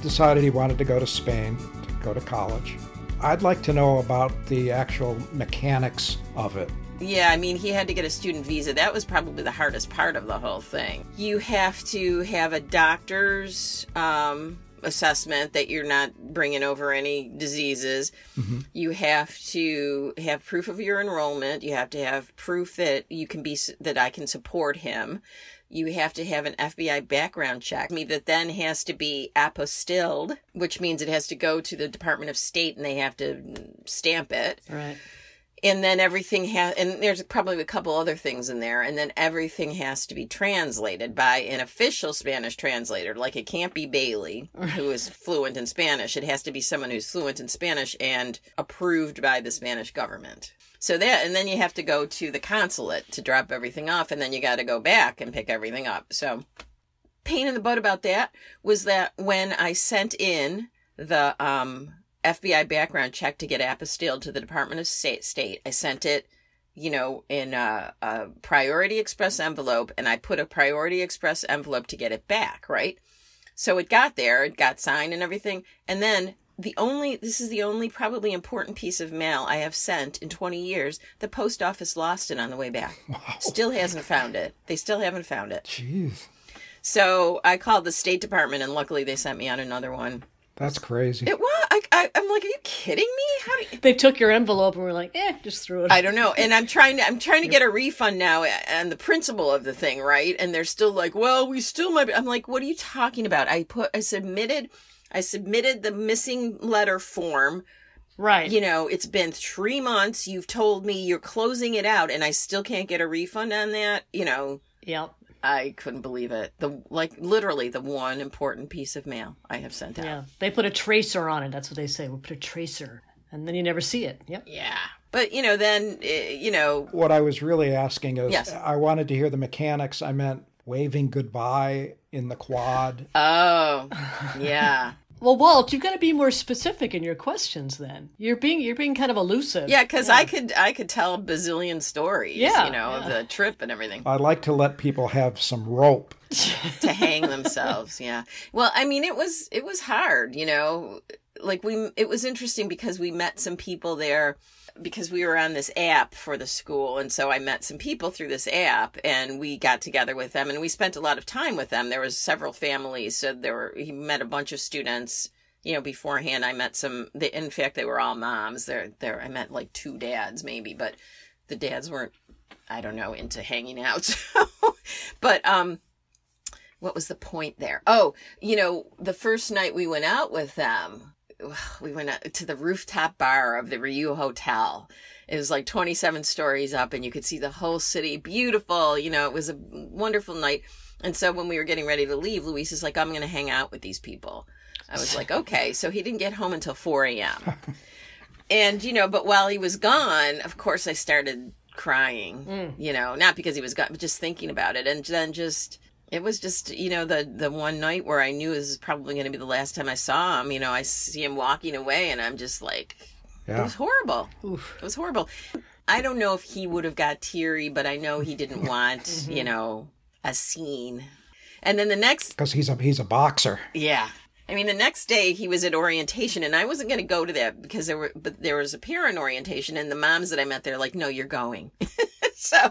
decided he wanted to go to Spain to go to college. I'd like to know about the actual mechanics of it. Yeah, I mean, he had to get a student visa. That was probably the hardest part of the whole thing. You have to have a doctor's um, assessment that you're not bringing over any diseases. Mhm. You have to have proof of your enrollment. You have to have proof that you can be that I can support him. You have to have an FBI background check. I mean, that then has to be apostilled, which means it has to go to the Department of State and they have to stamp it Right. and then everything has and there's probably a couple other things in there and then everything has to be translated by an official spanish translator like it can't be bailey who is fluent in spanish it has to be someone who's fluent in spanish and approved by the spanish government so that and then you have to go to the consulate to drop everything off and then you got to go back and pick everything up so pain in the butt about that was that when i sent in the um FBI background check to get apostilled to the Department of State. State. I sent it, you know, in a, a Priority Express envelope, and I put a Priority Express envelope to get it back, right? So it got there, it got signed and everything. And then the only, this is the only probably important piece of mail I have sent in 20 years. The post office lost it on the way back. Still hasn't found it. They still haven't found it. Jeez, So I called the State Department, and luckily they sent me on another one. that's crazy. It was, I, I, I'm like, are you kidding me? How do you, They took your envelope and were like, eh, just threw it. I don't know. And I'm trying to I'm trying to get a refund now and the principle of the thing, right? And they're still like, "Well, we still might." Be. I'm like, "What are you talking about?" I put I submitted I submitted the missing letter form. right. You know, it's been 3 months. You've told me you're closing it out and I still can't get a refund on that. You know, Yep. I couldn't believe it. The like literally the one important piece of mail I have sent out. Yeah. They put a tracer on it. That's what they say. We put a tracer. And then you never see it. Yep. yeah. But, you know, then, eh, you know, What I was really asking is Yes. I wanted to hear the mechanics. I meant waving goodbye in the quad. oh, yeah. Well, Walt, you've got to be more specific in your questions then. You're being you're being kind of elusive. Yeah, because I could I could tell a bazillion stories. Yeah, you know, of the trip and everything I like to let people have some rope. to hang themselves. Yeah. Well, I mean, it was it was hard. You know, like we it was interesting because we met some people there because we were on this app for the school and so I met some people through this app and we got together with them and we spent a lot of time with them. There was several families, so there were he met a bunch of students. You know, beforehand, I met some. They, in fact, they were all moms. There, there. I met like two dads, maybe, but the dads weren't I don't know, into hanging out. So, but um, what was the point there? Oh, you know, the first night we went out with them, we went out to the rooftop bar of the Ryu Hotel. It was like 27 stories up, and you could see the whole city. Beautiful, you know, it was a wonderful night. And so when we were getting ready to leave, Luis is like, I'm going to hang out with these people. I was like, okay. So he didn't get home until 4 a.m. And, you know, but while he was gone, of course, I started crying, you know, not because he was gone, but just thinking about it. And then just, it was just, you know, the, the one night where I knew this is probably going to be the last time I saw him. You know, I see him walking away and I'm just like, it Yeah. was horrible. It was horrible. I don't know if he would have got teary, but I know he didn't want, you know, a scene. And then the next Because he's a he's a boxer. yeah. I mean, the next day he was at orientation, and I wasn't going to go to that because there were, but there was a parent orientation, and the moms that I met there, like, no, you're going. so,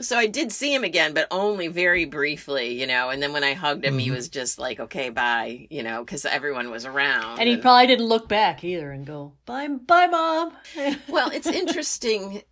so I did see him again, but only very briefly, you know. And then when I hugged him, Mm-hmm. he was just like, okay, bye, you know, because everyone was around. And he probably didn't look back either and go, bye, bye, mom. well, it's interesting.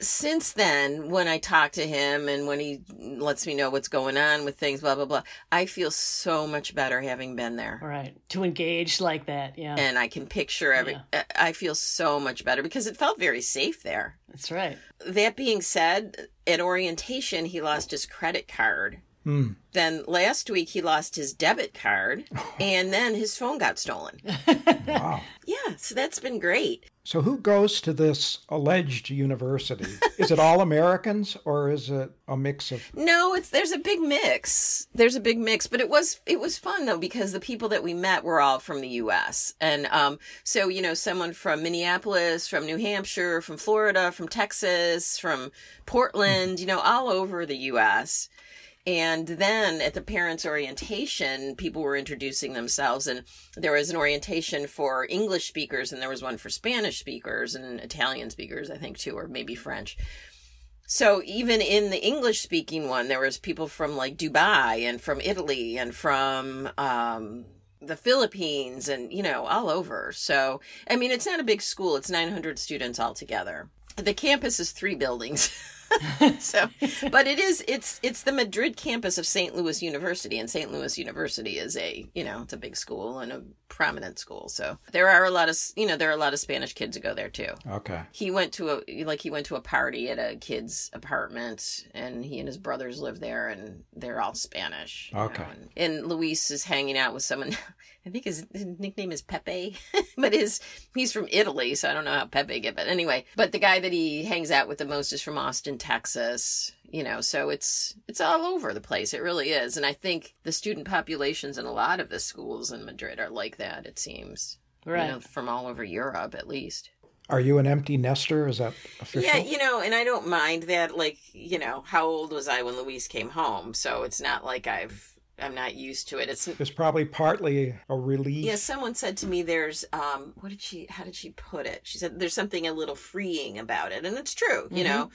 Since then, when I talk to him and when he lets me know what's going on with things, blah blah blah, I feel so much better having been there. All right. To engage like that. Yeah. and I can picture every. I I feel so much better because it felt very safe there. That's right. That being said, at orientation, he lost his credit card. Then last week, he lost his debit card, and then his phone got stolen. Wow. Yeah, so that's been great. So who goes to this alleged university? Is it all Americans or is it a mix of No, it's there's a big mix. There's a big mix, but it was it was fun though because the people that we met were all from the U.S. and um, so you know someone from Minneapolis, from New Hampshire, from Florida, from Texas, from Portland, you know, all over the U.S. And then at the parents' orientation, people were introducing themselves, and there was an orientation for English speakers, and there was one for Spanish speakers and Italian speakers, I think, too, or maybe French. So even in the English speaking one, there was people from like Dubai and from Italy and from um, the Philippines and you know all over. So I mean, it's not a big school; it's 900 students altogether. The campus is three buildings. so but it is it's it's the madrid campus of st louis university and st louis university is a you know it's a big school and a prominent school so there are a lot of you know there are a lot of spanish kids who go there too Okay. he went to a like he went to a party at a kid's apartment and he and his brothers live there and they're all spanish you know, Okay. and, and luis is hanging out with someone i think his, his nickname is pepe but his he's from italy so i don't know how pepe get but anyway but the guy that he hangs out with the most is from austin texas you know so it's it's all over the place it really is and i think the student populations in a lot of the schools in madrid are like that it seems Right. you know, from all over europe at least Are you an empty nester? Is that official? yeah, you know, and I don't mind that. Like, you know, how old was I when Louise came home? So it's not like I've I'm not used to it. It's It's probably partly a relief. yeah. Someone said to me, "There's um, what did she? How did she put it? She said there's something a little freeing about it, and it's true, Mm-hmm. you know."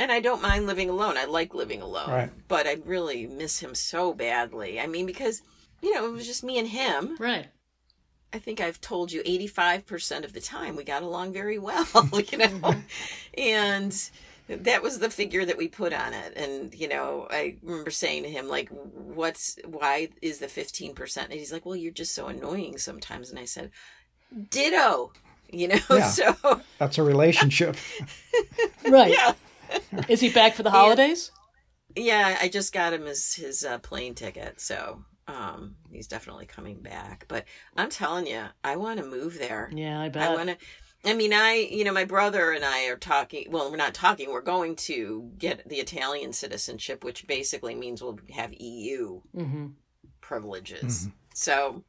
And I don't mind living alone. I like living alone, Right. but I really miss him so badly. I mean, because you know, it was just me and him. Right. I think I've told you 85% of the time we got along very well, you know. and that was the figure that we put on it. And, you know, I remember saying to him, like, what's, why is the 15%? And he's like, well, you're just so annoying sometimes. And I said, ditto, you know. Yeah. So, That's a relationship. Right. yeah. Is he back for the holidays? Yeah, I just got him his his uh, plane ticket, so um, he's definitely coming back. But I'm telling you, I want to move there. Yeah, I bet. I want to. I mean, I you know my brother and I are talking. Well, we're not talking. We're going to get the Italian citizenship, which basically means we'll have EU Mm-hmm. privileges. So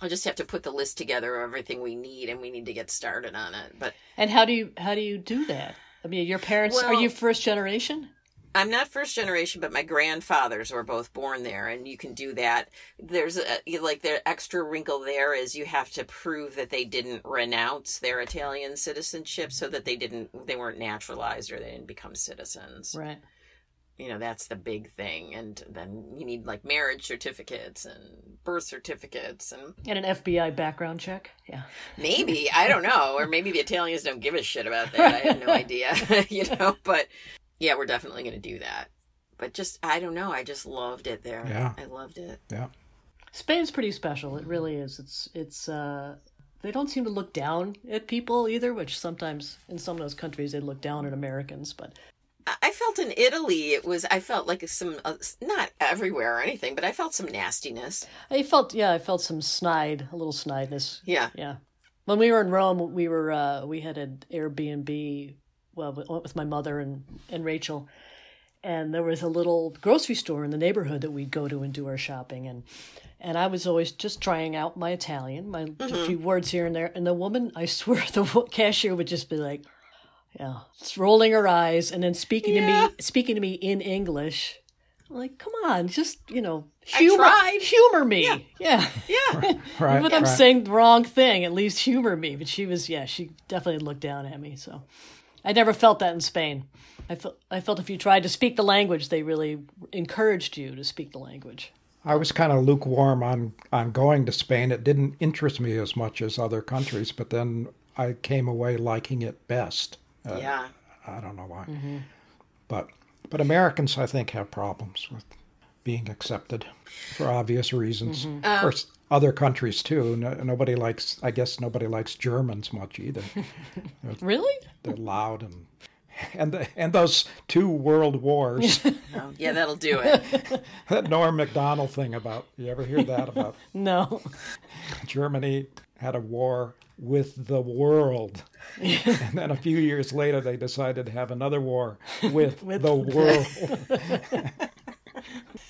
I'll just have to put the list together of everything we need, and we need to get started on it. But And how do you how do you do that? I mean, your parents are Well- you first generation? I'm not first generation, but my grandfathers were both born there, and you can do that. There's a you- like the extra wrinkle there is you have to prove that they didn't renounce their Italian citizenship, so that they didn't they weren't naturalized or they didn't become citizens. Right. You know that's the big thing, and then you need like marriage certificates and birth certificates, and And an FBI background check? Yeah. maybe I don't know, or maybe the Italians don't give a shit about that. I have no idea, you know. But yeah, we're definitely going to do that. But just I don't know. I just loved it there. Yeah. I loved it. Yeah. Spain's pretty special. It really is. It's it's uh they don't seem to look down at people either, which sometimes in some of those countries they look down at Americans, but I- I felt in Italy, it was I felt like some uh, not everywhere or anything, but I felt some nastiness. I felt yeah, I felt some snide, a little snideness. Yeah. Yeah. When we were in Rome, we were uh, we had an Airbnb. Well, we went with my mother and and Rachel, and there was a little grocery store in the neighborhood that we'd go to and do our shopping. And and I was always just trying out my Italian, my Mm-hmm. a few words here and there. And the woman, I swear, the wo- cashier would just be like, yeah, just rolling her eyes and then speaking to me, speaking to me in English. I'm like, come on, just you know, humor, tried. humor me, yeah. Yeah. Right. Even if I'm right. saying the wrong thing, at least humor me. But she was, yeah, she definitely looked down at me. So I never felt that in Spain. I felt, I felt if you tried to speak the language, they really encouraged you to speak the language. I was kind of lukewarm on, on going to Spain. It didn't interest me as much as other countries, but then I came away liking it best. yeah. I don't know why. Mm-hmm. But but Americans, I think, have problems with being accepted for obvious reasons. Mm-hmm. Uh, of course, other countries too. No, nobody likes. I guess nobody likes Germans much either. Really? They're loud and and the, and those two world wars. No. Yeah, that'll do it. that Norm Macdonald thing about you ever hear that about No. Germany had a war with the world. and then a few years later, they decided to have another war with, the world.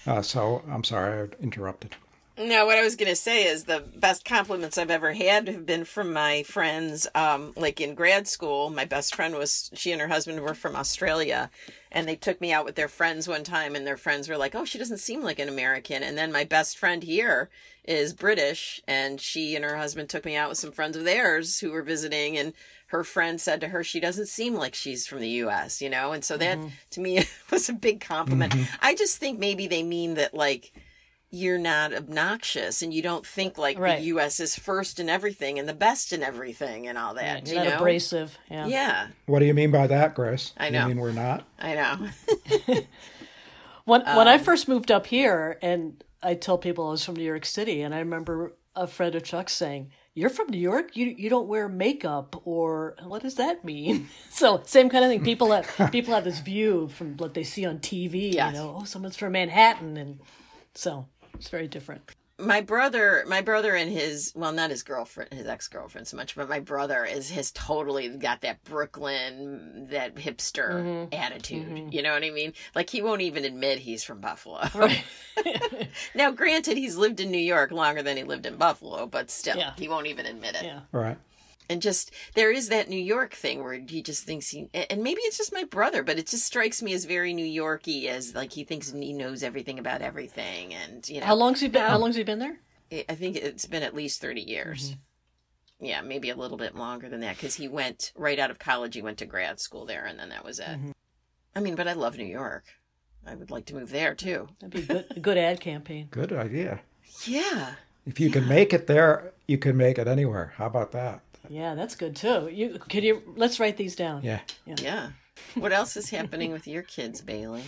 uh, so I'm sorry I interrupted. No, what I was gonna say is the best compliments I've ever had have been from my friends. Um, like in grad school, my best friend was she and her husband were from Australia, and they took me out with their friends one time, and their friends were like, "Oh, she doesn't seem like an American." And then my best friend here is British, and she and her husband took me out with some friends of theirs who were visiting, and her friend said to her, "She doesn't seem like she's from the U.S." You know, and so that to me was a big compliment. I just think maybe they mean that like you're not obnoxious and you don't think like Right. the US is first in everything and the best in everything and all that. You're you not know? abrasive. Yeah. Yeah, What do you mean by that, Grace? I You know. mean we're not? I know. When when Um, I first moved up here, and I tell people I was from New York City, and I remember a friend of Chuck's saying, "You're from New York. You you don't wear makeup, or what does that mean?" so same kind of thing. People have people have this view from what they see on TV. Yes. You know, oh, someone's from Manhattan, and so it's very different. my brother my brother and his well not his girlfriend his ex-girlfriend so much but my brother is has totally got that brooklyn that hipster Mm-hmm. attitude you know what i mean like he won't even admit he's from buffalo now granted he's lived in new york longer than he lived in buffalo but still Yeah. he won't even admit it Yeah. All right. and just there is that New York thing where he just thinks he and maybe it's just my brother, but it just strikes me as very New Yorky as like he thinks he knows everything about everything, and you know, How long's he been? Um, How long's he been there? I I think it's been at least thirty years. Mm-hmm. Yeah, maybe a little bit longer than that because he went right out of college. He went to grad school there, and then that was it. Mm-hmm. I mean, but I love New York. I would like to move there too. That'd be a good, a good ad campaign. Good idea. Yeah. If you can make it there, you can make it anywhere. How about that? Yeah, that's good too. You could you let's write these down. Yeah. Yeah. What else is happening with your kids, Bailey?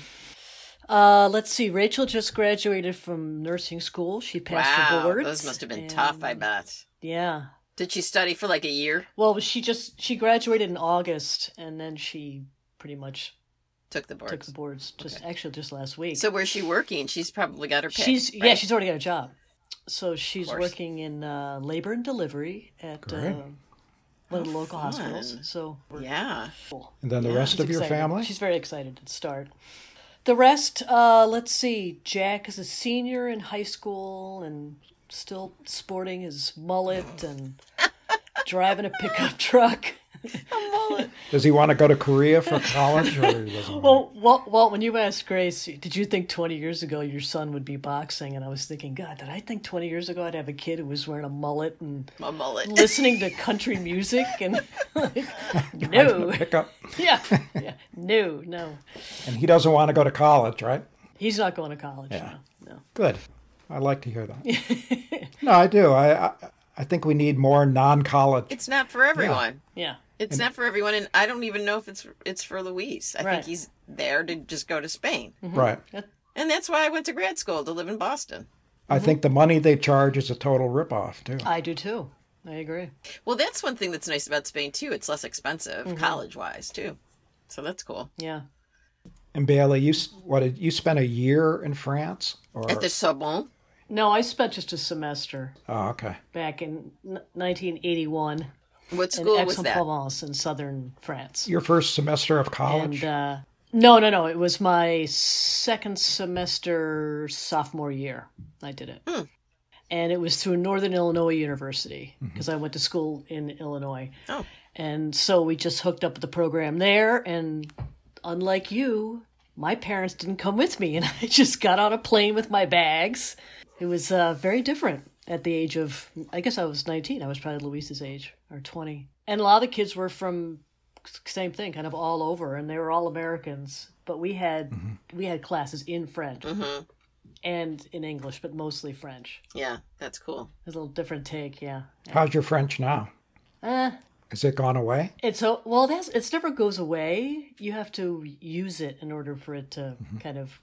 Uh, let's see. Rachel just graduated from nursing school. She passed her Wow, boards. those must have been and- tough. I bet. Yeah. Did she study for like a year? Well, she just she graduated in August, and then she pretty much Took the boards. took the boards just actually just last week. So where's she working? She's probably got her pick. she's right? yeah, she's already got a job. So she's course. working in uh, labor and delivery at uh, Great. one of the local hospitals. Oh, fun. So Yeah. And then the rest She's of your excited. family? She's very excited to start. The rest, uh, let's see. Jack is a senior in high school and still sporting his mullet and driving a pickup truck. Does he want to go to Korea for college or he doesn't? want Well, Walt, Walt, when you asked Grace, did you think 20 years ago your son would be boxing? And I was thinking, God, did I think 20 years ago I'd have a kid who was wearing a mullet and A mullet. listening to country music? And like, to no, Pick up. yeah, yeah, no, no. And he doesn't want to go to college, right? He's not going to college. Yeah. No, no. Good. I like to hear that. no, I do. I, I I think we need more non-college. It's not for everyone. Yeah. It's not for everyone, and I don't even know if it's it's for Luis. I Right. Mm-hmm. think he's there to just go to Spain, Right. and that's why I went to grad school to live in Boston. I Mm-hmm. think the money they charge is a total ripoff too. I do too. I agree. Well, that's one thing that's nice about Spain too. It's less expensive, Mm-hmm. college wise too, so that's cool. Yeah. And Bailey, you s- what did you spent a year in France? Or At the Sorbonne, No, I spent just a semester oh, okay. back in n- 1981 what in school was that? Aix-en-Provence in southern France. Your first semester of college. And uh, no, no, no. It was my second semester sophomore year. I did it. And it was through Northern Illinois University because I went to school in Illinois. Oh, And so we just hooked up with the program there. And unlike you, my parents didn't come with me. And I just got on a plane with my bags. It was uh, very different at the age of, I guess I was 19. I was probably Luis's age or 20. And a lot of the kids were from same thing kind of all over and they were all americans but we had we had classes in french and in english but mostly french yeah, that's cool. it was a little different take yeah How's your French now? Eh. Has it gone away? It's so well. That's it's never goes away. You have to use it in order for it to kind of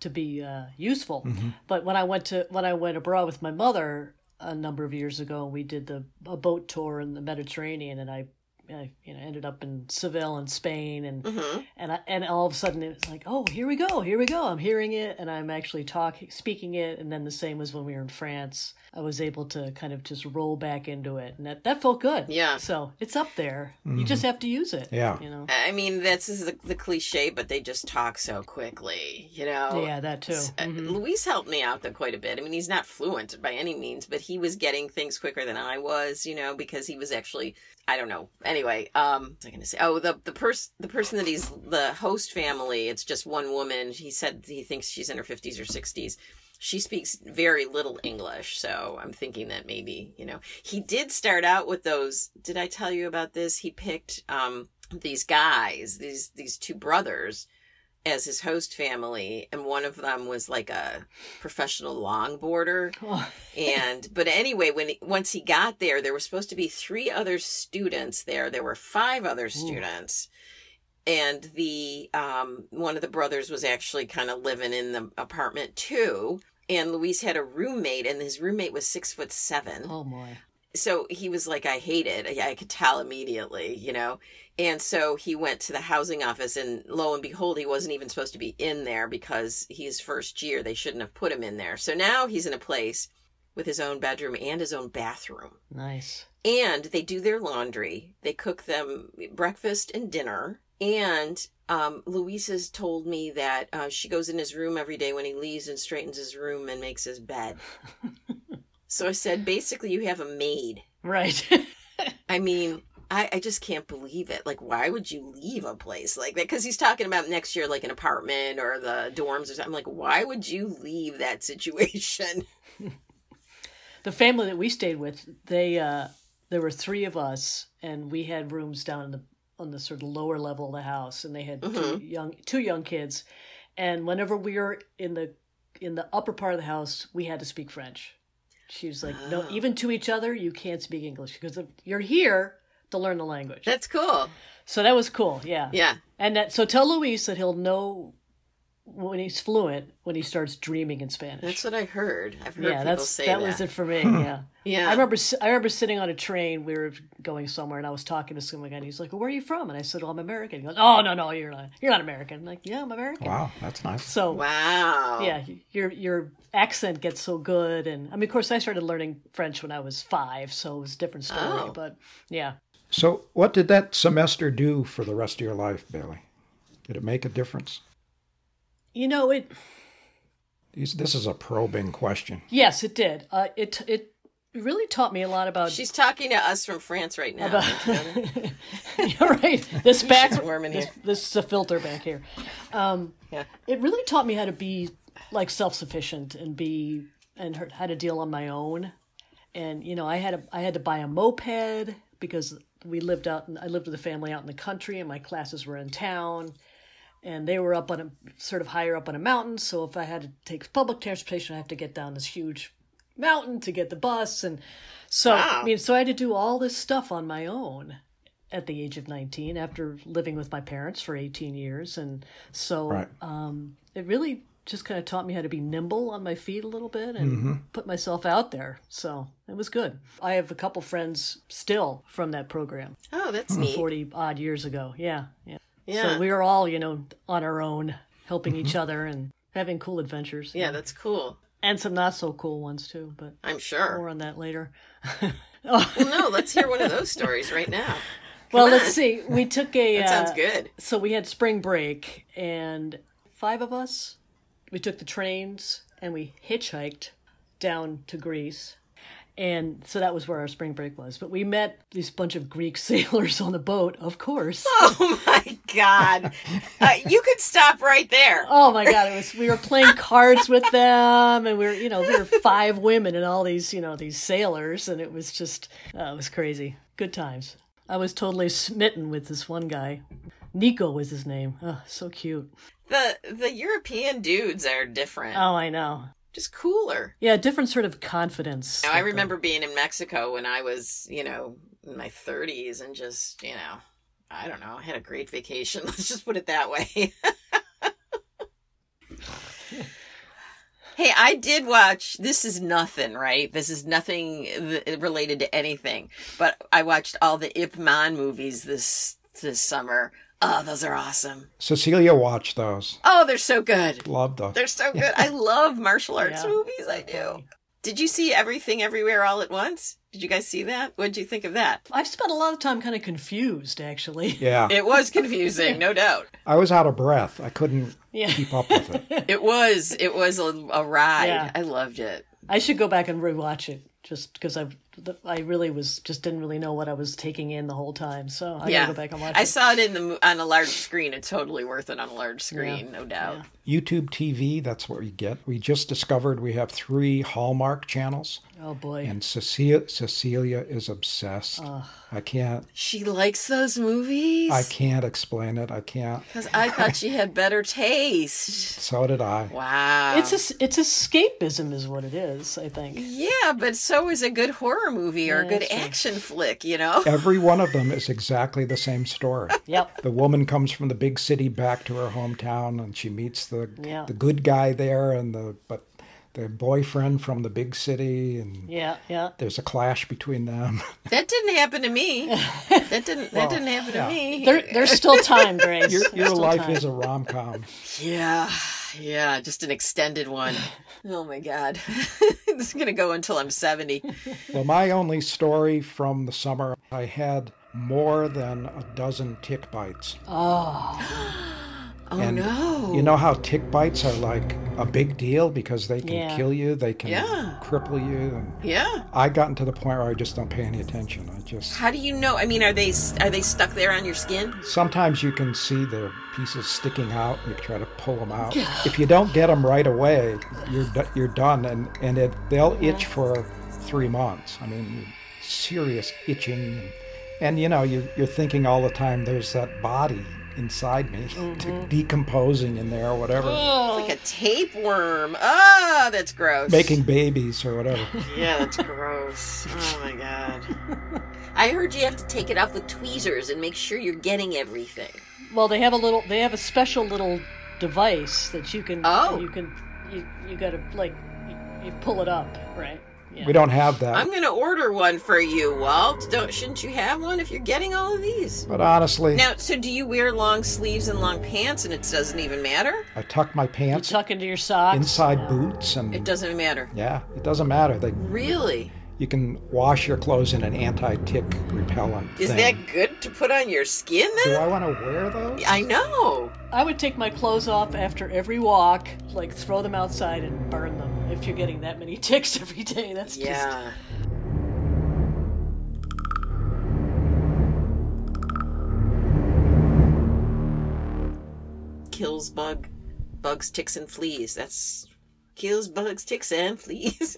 to be uh, useful. But when I went to when I went abroad with my mother a number of years ago, we did the a boat tour in the Mediterranean, and I I you know ended up in Seville in Spain and Mm-hmm. and I, and all of a sudden it was like oh here we go here we go I'm hearing it and I'm actually talking speaking it and then the same was when we were in France I was able to kind of just roll back into it and that that felt good Yeah. so it's up there you just have to use it Yeah. you know I mean, that's is the, the cliche, but they just talk so quickly, you know? yeah that too Uh, Luis helped me out though quite a bit. I mean, he's not fluent by any means, but he was getting things quicker than I was, you know, because he was actually I don't know. Anyway, um, what was I going to say? Oh, the the person the person that he's the host family. It's just one woman. He said he thinks she's in her fifties or sixties. She speaks very little English, so I'm thinking that maybe you know he did start out with those. Did I tell you about this? He picked um these guys, these these two brothers as his host family and one of them was like a professional longboarder Oh, and but anyway when he, once he got there there were supposed to be three other students there there were five other students and the um one of the brothers was actually kind of living in the apartment too and Luis had a roommate and his roommate was six foot seven oh boy so he was like i hate it I, I could tell immediately you know and so he went to the housing office and lo and behold he wasn't even supposed to be in there because his first year they shouldn't have put him in there so now he's in a place with his own bedroom and his own bathroom nice and they do their laundry they cook them breakfast and dinner and um, Luisa's told me that uh, she goes in his room every day when he leaves and straightens his room and makes his bed. so I said, basically, you have a maid. right I mean, I, I just can't believe it. Like, why would you leave a place like that? Because he's talking about next year, like an apartment or the dorms or something. I'm like, why would you leave that situation? the family that we stayed with, they uh, there were three of us, and we had rooms down in the on the sort of lower level of the house, and they had Mm-hmm. two young two young kids, and whenever we were in the in the upper part of the house, we had to speak French. She was like, Ah. "No, even to each other, you can't speak English because if you're here to learn the language." That's cool. so that was cool. Yeah. Yeah. And that so tell Luis that he'll know when he's fluent when he starts dreaming in Spanish. That's what I heard. I've heard yeah, people that's say that that. was it for me. Yeah. Yeah. I remember s- I remember sitting on a train. We were going somewhere, and I was talking to some guy, and he's like, well, "Where are you from?" And I said, "Well, I'm American." He goes, "Oh no, no, you're not. You're not American." I'm like, "Yeah, I'm American." Wow, that's nice. So Wow. yeah, y- your your accent gets so good, and I mean, of course, I started learning French when I was five, so it was a different story. Oh. But yeah, So, what did that semester do for the rest of your life, Bailey? Did it make a difference? you know it. These- This is a probing question. Yes, it did. Uh, it it really taught me a lot about. She's talking to us from France right now. You're right. This back warm in this, here. this is a filter back here. Um, yeah. it really taught me how to be like self-sufficient and be and her- how to deal on my own and you know i had a, i had to buy a moped because we lived out in, i lived with a family out in the country and my classes were in town and they were up on a sort of higher up on a mountain so if i had to take public transportation i have to get down this huge mountain to get the bus and so i mean so i had to do all this stuff on my own at the age of 19 after living with my parents for 18 years and so Right. it really just kind of taught me how to be nimble on my feet a little bit and put myself out there. So it was good. I have a couple friends still from that program Oh, that's neat. 40 odd years ago. Yeah. Yeah. Yeah. So we were all, you know, on our own, helping each other and having cool adventures. yeah, that's cool. And some not so cool ones too, but I'm sure. more on that later. Well, no, let's hear one of those stories right now. well, let's see. We took a. That sounds uh, good. so we had spring break and five of us we took the trains and we hitchhiked down to greece and so that was where our spring break was but we met this bunch of greek sailors on the boat of course Oh my God. Uh, you could stop right there. oh my god it was we were playing cards with them and we were you know we were five women and all these you know these sailors and it was just uh, it was crazy good times i was totally smitten with this one guy nico was his name oh so cute The the European dudes are different. oh i know Just cooler. Yeah, different sort of confidence. Now, I remember being in Mexico when I was, you know, in my 30s and just, you know, I don't know, I had a great vacation. Let's just put it that way. Hey, I did watch. This is nothing, right? This is nothing th- related to anything. But I watched all the Ip Man movies this this summer. Oh, those are awesome. Cecilia watched those. Oh, they're so good. Loved those. They're so good. I love martial arts Yeah. movies. I do. Did you see Everything Everywhere All at Once? Did you guys see that? What'd you think of that? I've spent a lot of time kind of confused, actually. Yeah. It was confusing, no doubt. I was out of breath. I couldn't Yeah. keep up with it. It was. It was a, a ride. Yeah. I loved it. I should go back and rewatch it just because I've. the- I really was just didn't really know what I was taking in the whole time, so I yeah. gotta go back and watch I it. saw it in the mo- on a large screen. It's totally worth it on a large screen, no doubt. YouTube TV, that's what we get. We just discovered we have three Hallmark channels, Oh boy, and Cecilia, Cecilia is obsessed. I can't. She likes those movies. I can't explain it. I can't. Because I thought she had better taste. So did I. Wow. Um, it's a, it's escapism, is what it is. I think. yeah, but so is a good horror movie or a good action flick, you know? Every one of them is exactly the same story. Yep. The woman comes from the big city back to her hometown, and she meets the Yeah. the good guy there, and the but the boyfriend from the big city, and Yeah. Yeah. there's a clash between them. That didn't happen to me. That didn't that didn't happen to me. There, there's still time, Grace. Your, There's your still life time. is a rom com. Yeah. Yeah, just an extended one. Oh my god. this is gonna go until I'm seventy. Well, my only story from the summer, I had more than a dozen tick bites. Oh And no. You know how tick bites are like a big deal because they can Yeah. kill you, they can Yeah. cripple you. And yeah. I've gotten to the point where I just don't pay any attention. I just How do you know? I mean, are they are they stuck there on your skin? sometimes you can see the pieces sticking out. and You try to pull them out. if you don't get them right away, you're do- you're done, and and it they'll itch for three months. I mean, serious itching, and, and you know you you're thinking all the time. There's that body inside me Mm-hmm. to decomposing in there or whatever, It's like a tapeworm. Ah, that's gross. making babies or whatever. Yeah, that's gross. Oh my god. I heard you have to take it off with tweezers and make sure you're getting everything. Well, they have a little. They have a special little device that you can. Oh. You can. You you gotta like you, you pull it up, right? Yeah. We don't have that. I'm gonna order one for you, Walt. Don't shouldn't you have one if you're getting all of these? but honestly, Now, so do you wear long sleeves and long pants, and it doesn't even matter? I tuck my You pants tuck into your socks. inside boots and. Oh. It doesn't matter. yeah, it doesn't matter. They Really? You can wash your clothes in an anti-tick repellent. Is thing. that good to put on your skin Do then? I want to wear those? I know. I would take my clothes off after every walk, like throw them outside and burn them. If you're getting that many ticks every day, that's just Yeah. Kills bug, bugs, ticks, and fleas. That's kills bugs, ticks, and fleas.